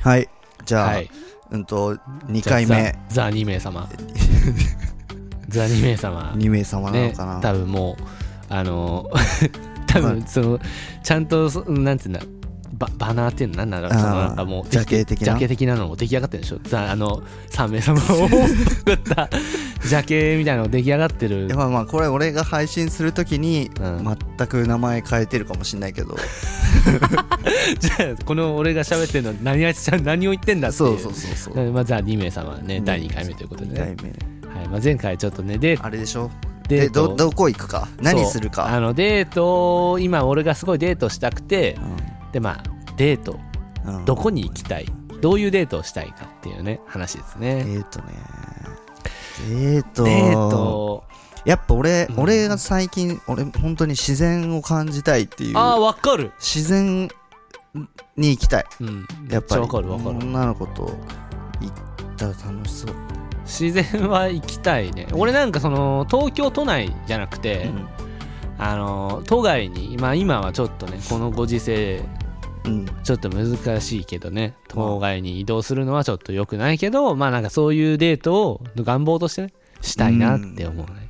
はい。じゃあ、はい。うんと、2回目、ザ。ザ2名様。ザ2 名様。 2名様なのねかな。多分もうあの 多分その、ちゃんとそなんていうんだババナーっていうのなんなんだろうあーそのなんかもうジャケ的なジャケ的なのも出来上がってるでしょザあの3名様を作った ジャケみたいなの出来上がってるいやまあまあこれ俺が配信するときにうん全く名前変えてるかもしれないけど、じゃあこの俺が喋ってるの何あいつちゃん何を言ってんだっていそうそうそうそうまあ、ザ2名様ねうん第2回目ということでね題、名はいまあ、前回ちょっとねデートあれでしょデでートどどこ行くか何そうするあかのデートを今俺がすごいデートしたくてうでまあデートんうんどこに行きたいどういうデートをしたいかっていうね話ですデねートねデートデートやっぱ俺、うん俺が最近俺本当に自然を感じたいっていうああわかる自然に行きたいうんめやっっちぱゃりわかるわかる女の子と行ったら楽しそう、自然は行きたいね俺なんかその東京都内じゃなくて、あの都外に、まあ、今はちょっとねこのご時世うん、うんちょっと難しいけどね都外に移動するのはちょっと良くないけどまあなんかそういうデートを願望としてねしたいなって思うね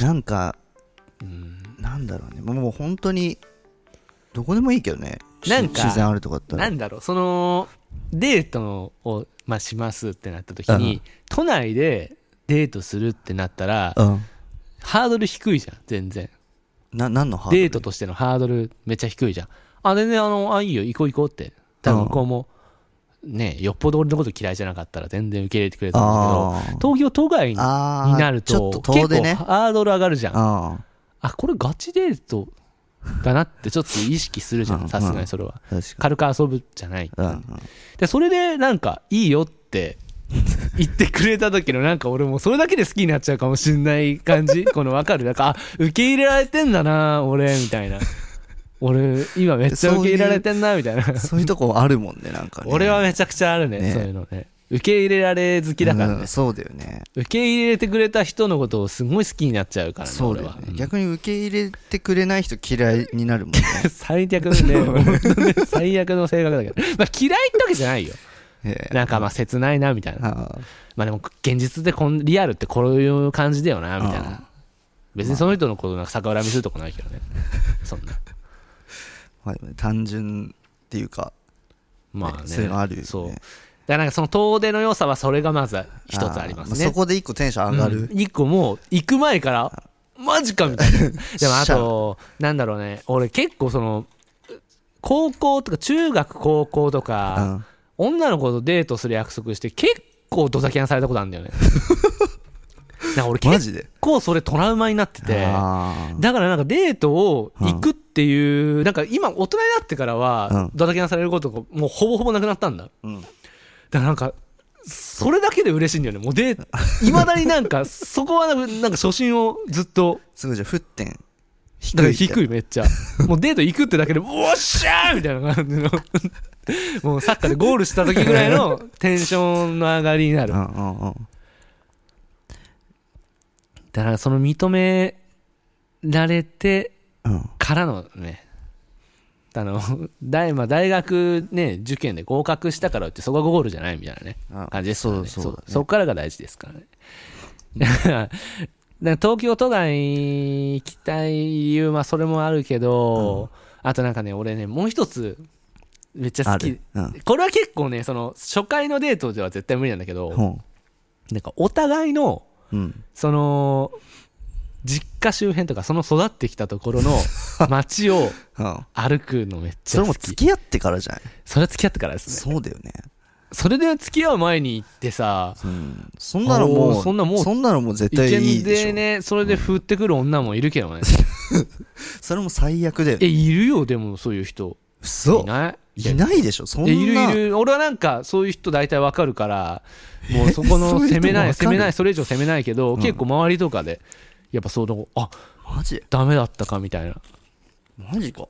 なんかうんなんだろうねもうもう本当にどこでもいいけどねしなんか自然あるとこだったならんだろうそのデートを、まあ、しますってなった時に、う都内でデートするってなったら、うんハードル低いじゃん全然な何のハードルデートとしてのハードルめっちゃ低いじゃんあ全然あのあいいよ行こう行こうって多分向こうも、ねよっぽど俺のこと嫌いじゃなかったら全然受け入れてくれたんだあけーど東京都外にあーになるちょとっと結遠出構ねハードル上がるじゃんああこれガチデートだなってちょっと意識するじゃうんんさすがにそれはあ確か軽く遊ぶじゃないに、うんうん、でそれでなんかいいよって 言ってくれた時のなんか俺もそれだけで好きになっちゃうかもしんない感 じこのわかるなんかあ受け入れられてんだな俺みたいな俺今めっちゃ受け入れられてんなみたいなそういうとこあるもんねなんかね俺はめちゃくちゃあるねねそういうのね受け入れられ好きだからね、うんそうだよね受け入れてくれた人のことをすごい好きになっちゃうからねそうだ俺よはね、逆に受け入れてくれない人嫌いになるもんね最悪 のね本当ね最悪の性格だけど、まあ、嫌いってわけじゃないよええなんかまあ切ないなみたいなあまあでも現実でこんリアルってこういう感じだよなみたいあな別にその人のことなんか逆恨みするとこないけどねそんなーまあでもね単純っていうかまあねそういうのあるよねそうだからなんかその遠出の良さはそれがまずは一つありますーあねそこで一個テンション上がる、うん一個もう行く前からマジかみたいなでもあしゃとなんだろうね俺結構その高校とか中学高校とうかん女の子とデートする約束して結構ドタキャンされたことあるんだよね なんか俺マ結ジで構それトラウマになっててあだからなんかデートを行くっていう、なんか今大人になってからうはんドタキャンされることがもうほぼほぼなくなったんだだかーうんらなんかそれだけで嬉しいんだよねもうデいまだになん かそこはなんかなんか初心をずっとすごいじゃあ沸点低だからいみた低いめっちゃもうデート行くってだけでおっしゃーみたいな感じのもうサッカーでゴールした時ぐら いのテンションの上がりになるうんうんうんだからその認められてうんからのね、あの、 大、まあ、大学ね、受験で合格したからって、そこがゴールじゃないみたいなね、あ感じですからね。そうそうだねそこからが大事ですからね。 だからだから東京都外に行きたい理由、まあ、それもあるけど、あとなんかね、俺ね、もう一つ、めっちゃ好あきる。うんこれは結構ね、その、初回のデートでは絶対無理なんだけど、ほなんか、お互いの、ううんその実家周辺とかその育ってきたところの 街をうん歩くのめっちそゃれも好き付き合ってからじゃないそれは付き合ってからですねそうだよねそれで付き合う前に行ってさうんそんなのもおーうそんなもうそんなのもう絶意対い見いでしでょねそれで振ってくる女もいるけどねそれも最悪だよえねいるよでもそういう人い嘘ないいないでしょそんいなやいるいる俺はなんかそういう人大体わかる からもうそこのそういう人攻めなわいかる攻めないそれ以上攻めないけど、結構周りとかでやっぱそのあマジダメだったかみたいなマジか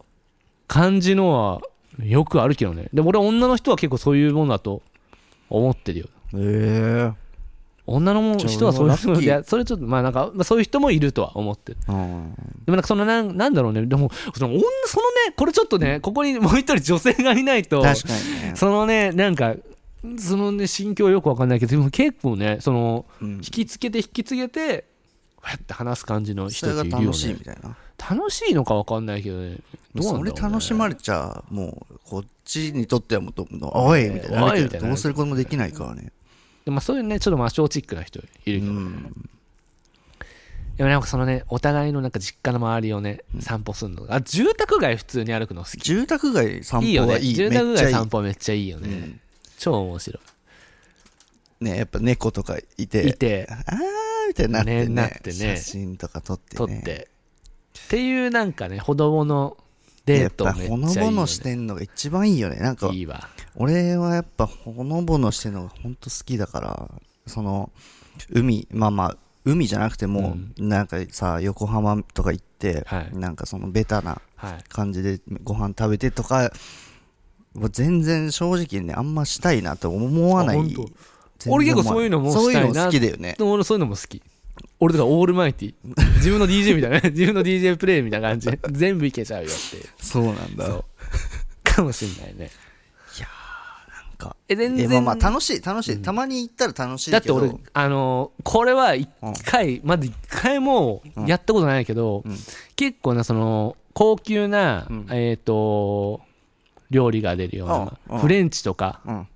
感じのはよくあるけどねでも俺は女の人は結構そういうもんだと思ってるよええ女の人はそういじゃあ俺もラうッキーいやそれちょっとまあなんか、まあ、そういう人もいるとは思ってるうんでもなんかそのなんなんだろうねでもその女そのねこれちょっとねここにもう一人女性がいないと確かにね、そのねなんかそのね心境よくわかんないけどでも結構ねそのうん引きつけて引きつけてこうやって話す感じのそ人れっがているよ楽しいみねたいな楽しいのかわかんないけどねどうなんだろう、そね、れ楽しまれちゃもうこっちにとってはもうどんどんおいみたいなおいみたいなどうすることもできないからねでまあ、そういうねちょっとマショチックな人いるけど、うんでもなんかそのねお互いのなんか実家の周りをね散歩するのあ住宅街普通に歩くの好き住宅街散いいよ歩はねいい住宅めっちゃ街い散歩めっちゃいいよね、うん超面白いねやっぱ猫とかいていいてあーみたいになってねねなってね写真とか撮ってね撮って、っていうなんかねほどぼのデートめやっっぱちゃいいほよ、ね、のぼのしてんのが一番いいよねなんかいいわ俺はやっぱほのぼのしてるのが本当好きだからその海まあまあ海じゃなくても、なんかさ横浜とか行って、はいなんかそのベタなはい感じでご飯食べてとかもう全然正直ねあんましたいなと思わないあ本当俺結構そういうのもそういうしたいのな好きだよねでも俺そういうのも好き俺とかオールマイティ自分の DJ みたいな ね自分の DJ プレイみたいな感じで全部いけちゃうよっていうそうなんだそうかもしんないねなんかえ全え然まあまあ楽しい楽しい、たまに行ったら楽しいけどだって俺あのーこれは一回、まだ一回もやったことないけど、うん結構なその高級な、うんえっ、と料理が出るような、うんうんフレンチとかうん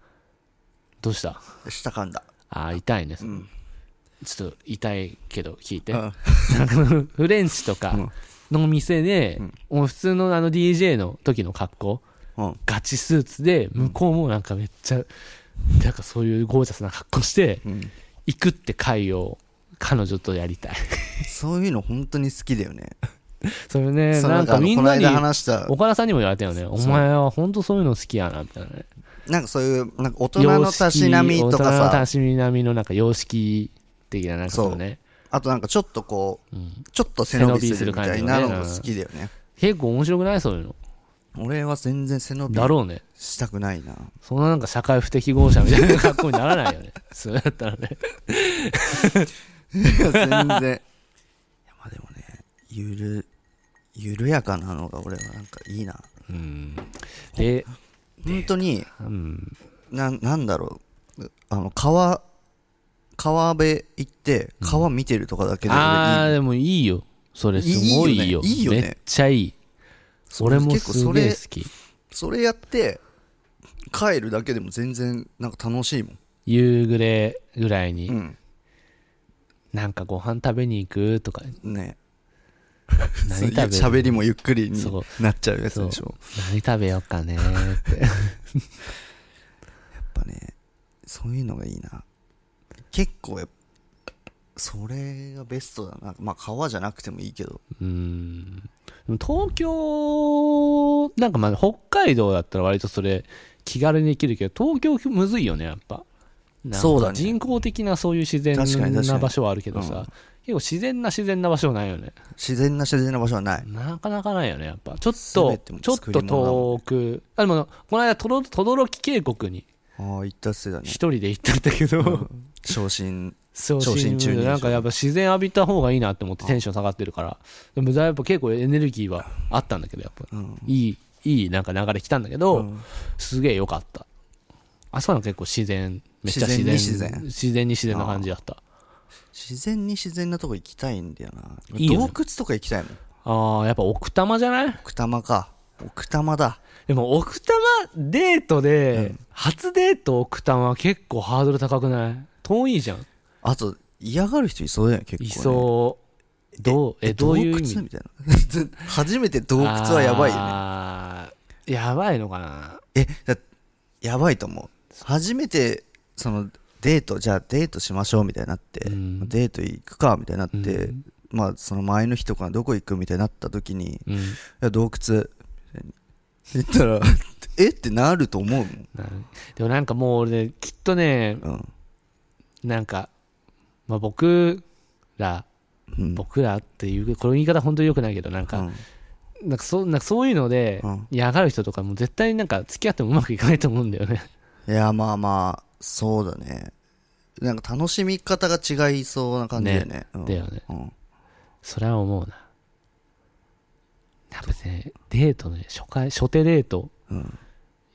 どうした下かんだあー痛いね、んちょっと痛いけど聞いて、うん フレンチとかの店で、もう普通のあの DJ の時の格好うんガチスーツで向こうもなんかめっちゃ、なんかそういうゴージャスな格好して、うん行くって会を彼女とやりたいそういうの本当に好きだよねそれねそうなんかあのみんこのなに間話した岡田さんにも言われたよねお前は本当そういうの好きやなみたいなねなんかそういうなんか大人のたしなみとか洋式大人のたさしなみのなんか様式的ななんかそのねあとなんかちょっとこう、うんちょっと背伸びするみたいなのが好きだよね結構面白くないそういうの俺は全然背伸びだろうねしたくないなそんななんか社会不適合者みたいな格好にならない よねそうやったらねいや全然いやまあでもねゆる緩やかなのが俺はなんかいいなうんで本当にうんなんなんだろうあの川川辺行って川見てるとかだけで俺いいああでもいいよそれすごいいよいよねいいよねめっちゃいいそう俺も結構すそげえれ好きそれやって帰るだけでも全然なんか楽しいもん、夕暮れぐらいに、うん、なんかご飯食べに行くとかね何そう食べる喋りもゆっくりにそうなっちゃうやつでしょ何食べようかねーってやっぱねそういうのがいいな結構やっそれがベストだなまあ川じゃなくてもいいけどうんでも東京なんかまあ北海道だったら割とそれ気軽にできるけど東京むずいよねやっぱなんかそうだね人工的なそういう自然確かに確かなに場所はあるけどさ、うん結構自然な自然な場所はないよね自然な自然な場所はないなかなかないよねやっぱちょっ全とてもちょっ作りと物だも遠くあでもこの間とど轟渓谷にああ行ったっすだね一人で行ったんだけど、昇進そう昇進中になんかやっぱ自然浴びた方がいいなって思ってテンション下がってるからでもやっぱ結構エネルギーはあったんだけどやっぱ、うんいいいいなんか流れ来たんだけど、うんすげえ良かったあそこは結構自然めっちゃ自然自然に自然自然に自然な感じだった自然に自然なとこ行きたいんだよないいよ洞ね窟とか行きたいもんあーやっぱ奥多摩じゃない奥多摩か奥多摩だでも奥多摩デートで、初デート奥多摩は結構ハードル高くない遠いじゃんあと嫌がる人いそうだよね結構、いね、そうどうえどういう意味洞窟みたいな 初めて洞窟はやばいよねよねやばいのかなえだやばいと思う初めてそのデートじゃあデートしましょうみたいになって、うんデート行くかみたいになって、うんまあその前の日とかどこ行くみたいになった時に「いうんや洞窟」みたいに言ったら 「えっ?」てなると思うもん、なるでもなんかもう俺ねきっとねうんなんか、まあ、僕らうん、僕らっていうこの言い方本当に良くないけどなんか、うんなんかそうなんかそういうのでうん嫌がる人とかも絶対になんか付き合ってもうまくいかないと思うんだよねいやまあまあそうだねなんか楽しみ方が違いそうな感じだよね。うん、だよねうん。それは思うなやっぱねデートね初回初手デート、うん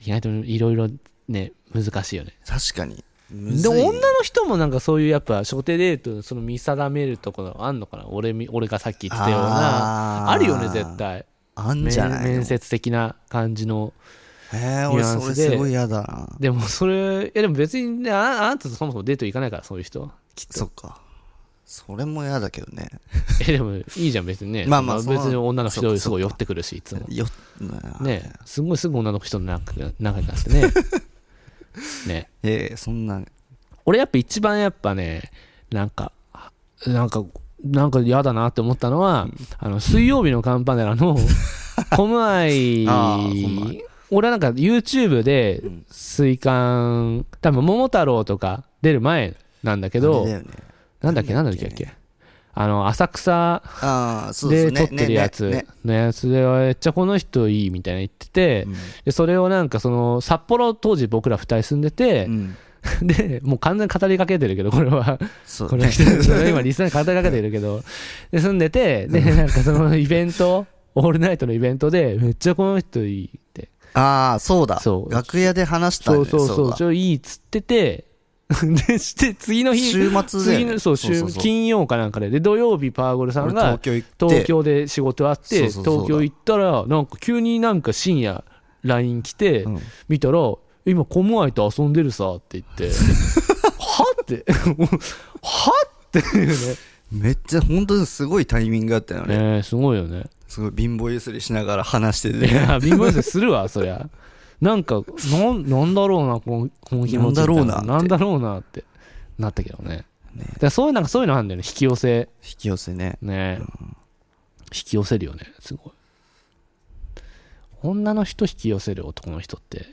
意外といろいろね難しいよね確かに。むでずい女の人もなんかそういうやっぱ初手デートのその見定めるところあんのかな俺み俺がさっき言ってたようなあーるよね絶。対あん面じゃない面接的な感じのへえ、俺ニュアンそれスですごい嫌だな。でもそれいやでも別にねああなたとそもそもデート行かないからそういう人 きっとそっか。それも嫌だけどね。えでもいいじゃん別にね まあまあそんそなう別に女のそっ人かすごい寄ってくるしいつもよっ、ねすごいすぐ女の人の中中になって ねねええ、そんな、俺やっぱ一番やっぱねなんかなんかなんか嫌だなって思ったのは、あの水曜日のカンパネラ のコムアイあーコムアイ俺はなんか YouTube で水管多分桃太郎とか出る前なんだけあど、れだよね。なんだっけなんだっけだっけあの浅草ああ、そうでですね。撮ってるやつねねのやつでめっちゃこの人いいみたいな言ってて、ねでそれをなんかその札幌当時僕ら2人住んでてう、ん。でもう完全に語りかけてるけどこれはそうこれは今リスナーに語りかけてるけどで住んでてでなんかそのイベントオールナイトのイベントでめっちゃこの人いいって ああ、そうだ。そう楽屋で話したんだそうよそうそうだちょいいっつってて でして次の日週末で、次のそう週金曜かなんかでで土曜日パーゴルさん俺が東京行って東京で仕事あってそうそうそうだ東京行ったらなんか急になんか深夜 LINE 来て、うん見たら「今コムアイと遊んでるさ」って言 って「はって はっていうめっちゃ本当にすごいタイミングだったよねねねえすごいよねすごい貧乏ゆすりしながら話していてや貧乏ゆすりするわそりゃなんかなんなんだろうなこのこの気持ちなんだろうなってなんだろうなってなったけどねだからそういうなんかそういうのあるんだよね引き寄せ引き寄せねね、引き寄せるよねすごい女の人引き寄せる男の人って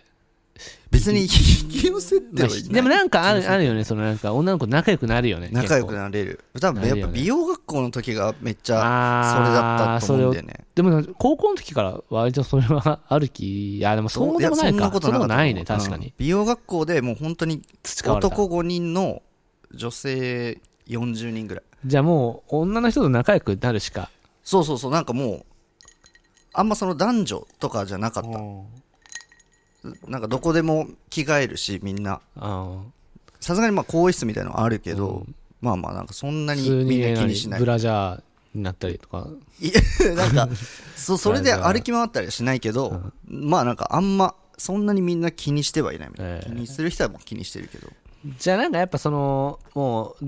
別に引き寄せてまあはいひなでい、もなんかあるあるよねそのなんか女の子と仲良くなるよね仲良くるなれる多分なやるっよぱね美容学校の時がめっちゃそれだあっーたと思うんだよねでも高校の時から割とそれはあるきいやでもそうでもなやいかそんなことなかそったうでもないね確かうんに、美容学校でもう本当に培われた男5人の女性40人ぐらいじゃあもう女の人と仲良くなるしかそうそうそうなんかもうあんまその男女とかじゃなかったなんかどこでも着替えるしみんなあさすがにまあ更衣室みたいなのはあるけど、うまあまあなんかそんなあにみんな気にしないブラジャーになったりとかいや なんかそそれで歩き回ったりはしないけど、まあなんかあんまそんなにみんな気にしてはいないみたいな、ええ気にする人はもう気にしてるけどじゃあなんかやっぱそのもう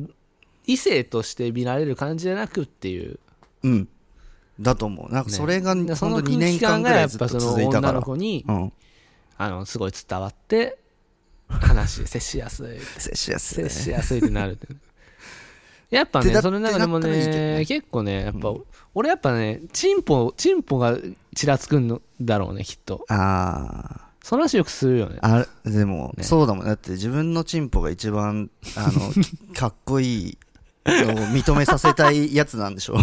異性として見られる感じじゃなくっていううんだと思うなんかそれがでそ本の当2空年気感間ぐがらやいっずっぱとその続いた女かのら子にうんあのすごい伝わって話接しやすい 接しやすい接しやすいってなるってねやっぱってねなその中でもってなったらいいけどねね結構ねやっぱ、俺やっぱねチンポチンポがちらつくんのだろうねきっとあーその話よくする よねあでも、ねそうだもんだって自分のチンポが一番あのかっこいいのを認めさせたいやつなんでしょ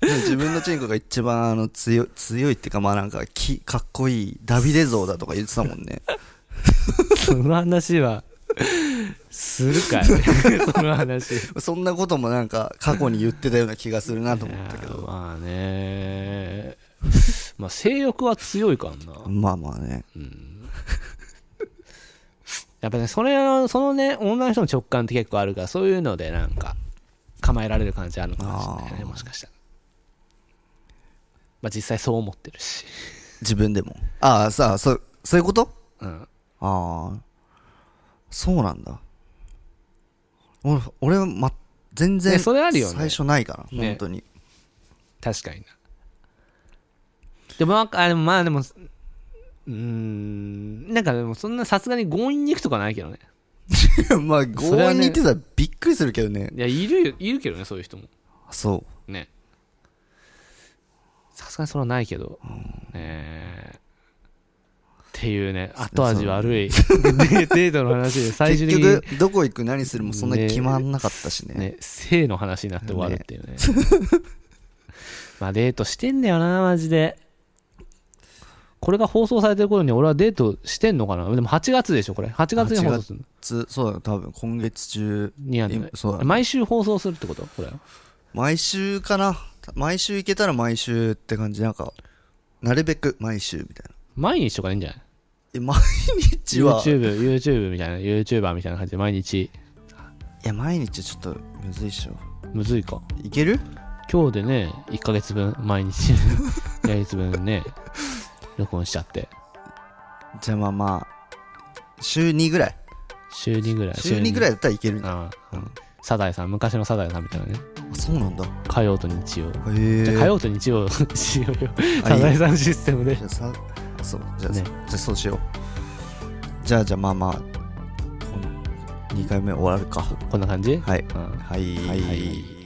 で自分のチンコが一番あの強い強いっていうかまあなんかきかっこいいダビデ像だとか言ってたもんねその話はする かいその話そんなこともなんか過去に言ってたような気がするなと思ったけいやどまあねまあ性欲は強いからなまあまあねやっぱねそれはそのね女の人の直感って結構あるからそういうのでなんか構えられる感じあるのかもしれないねあーもしかしたらまあ実際そう思ってるし自分でもああさあそそういうことうんああそうなんだ俺俺は、ま、全然ねそれあるよね最初ないから、ね本当に 確かになでもまああでもまあでもうーんなんかでもそんなさすがに強引に行くとかないけどねまあそれ強は引に言ねってたらびっくりするけどねいやいるよいるけどねそういう人もそねさすがにそれはないけど、ねえっていうね後味悪いデ デートの 話でう最結終的に局どこ行く何するもそんな決まんなかったしねね性の話になって終わるっていう ねまあデートしてんだよなマジでこれが放送されてる頃に俺はデートしてんのかなでも8月でしょこれ8月に放送するのつそうだ多分今月中にやる今そうだね毎週放送するってことこれ毎週かな毎週行けたら毎週って感じなんかなるべく毎週みたいな毎日とかでいいんじゃないえ毎日は YouTube、YouTube みたいな、YouTuber みたいな感じで毎日、いや毎日ちょっとむずいっしょむずいか。いける今日でね、1ヶ月分、毎日、1ヶ月分ね、録音しちゃって。じゃあまあまあ週2ぐらい週2ぐらい。週2ぐらいい。だったらいけるああうんサザエさん、昔のサザエさんみたいなね。あそうなんだへ火曜と日曜。えじゃあ火曜と日曜しようよ。あサザいいエよさんシステムでじ。ゃあさあそうじゃあ、ねじゃあそうしようじゃあじゃあまあまあ2回目終わるかこんな感じはいうんはい、はい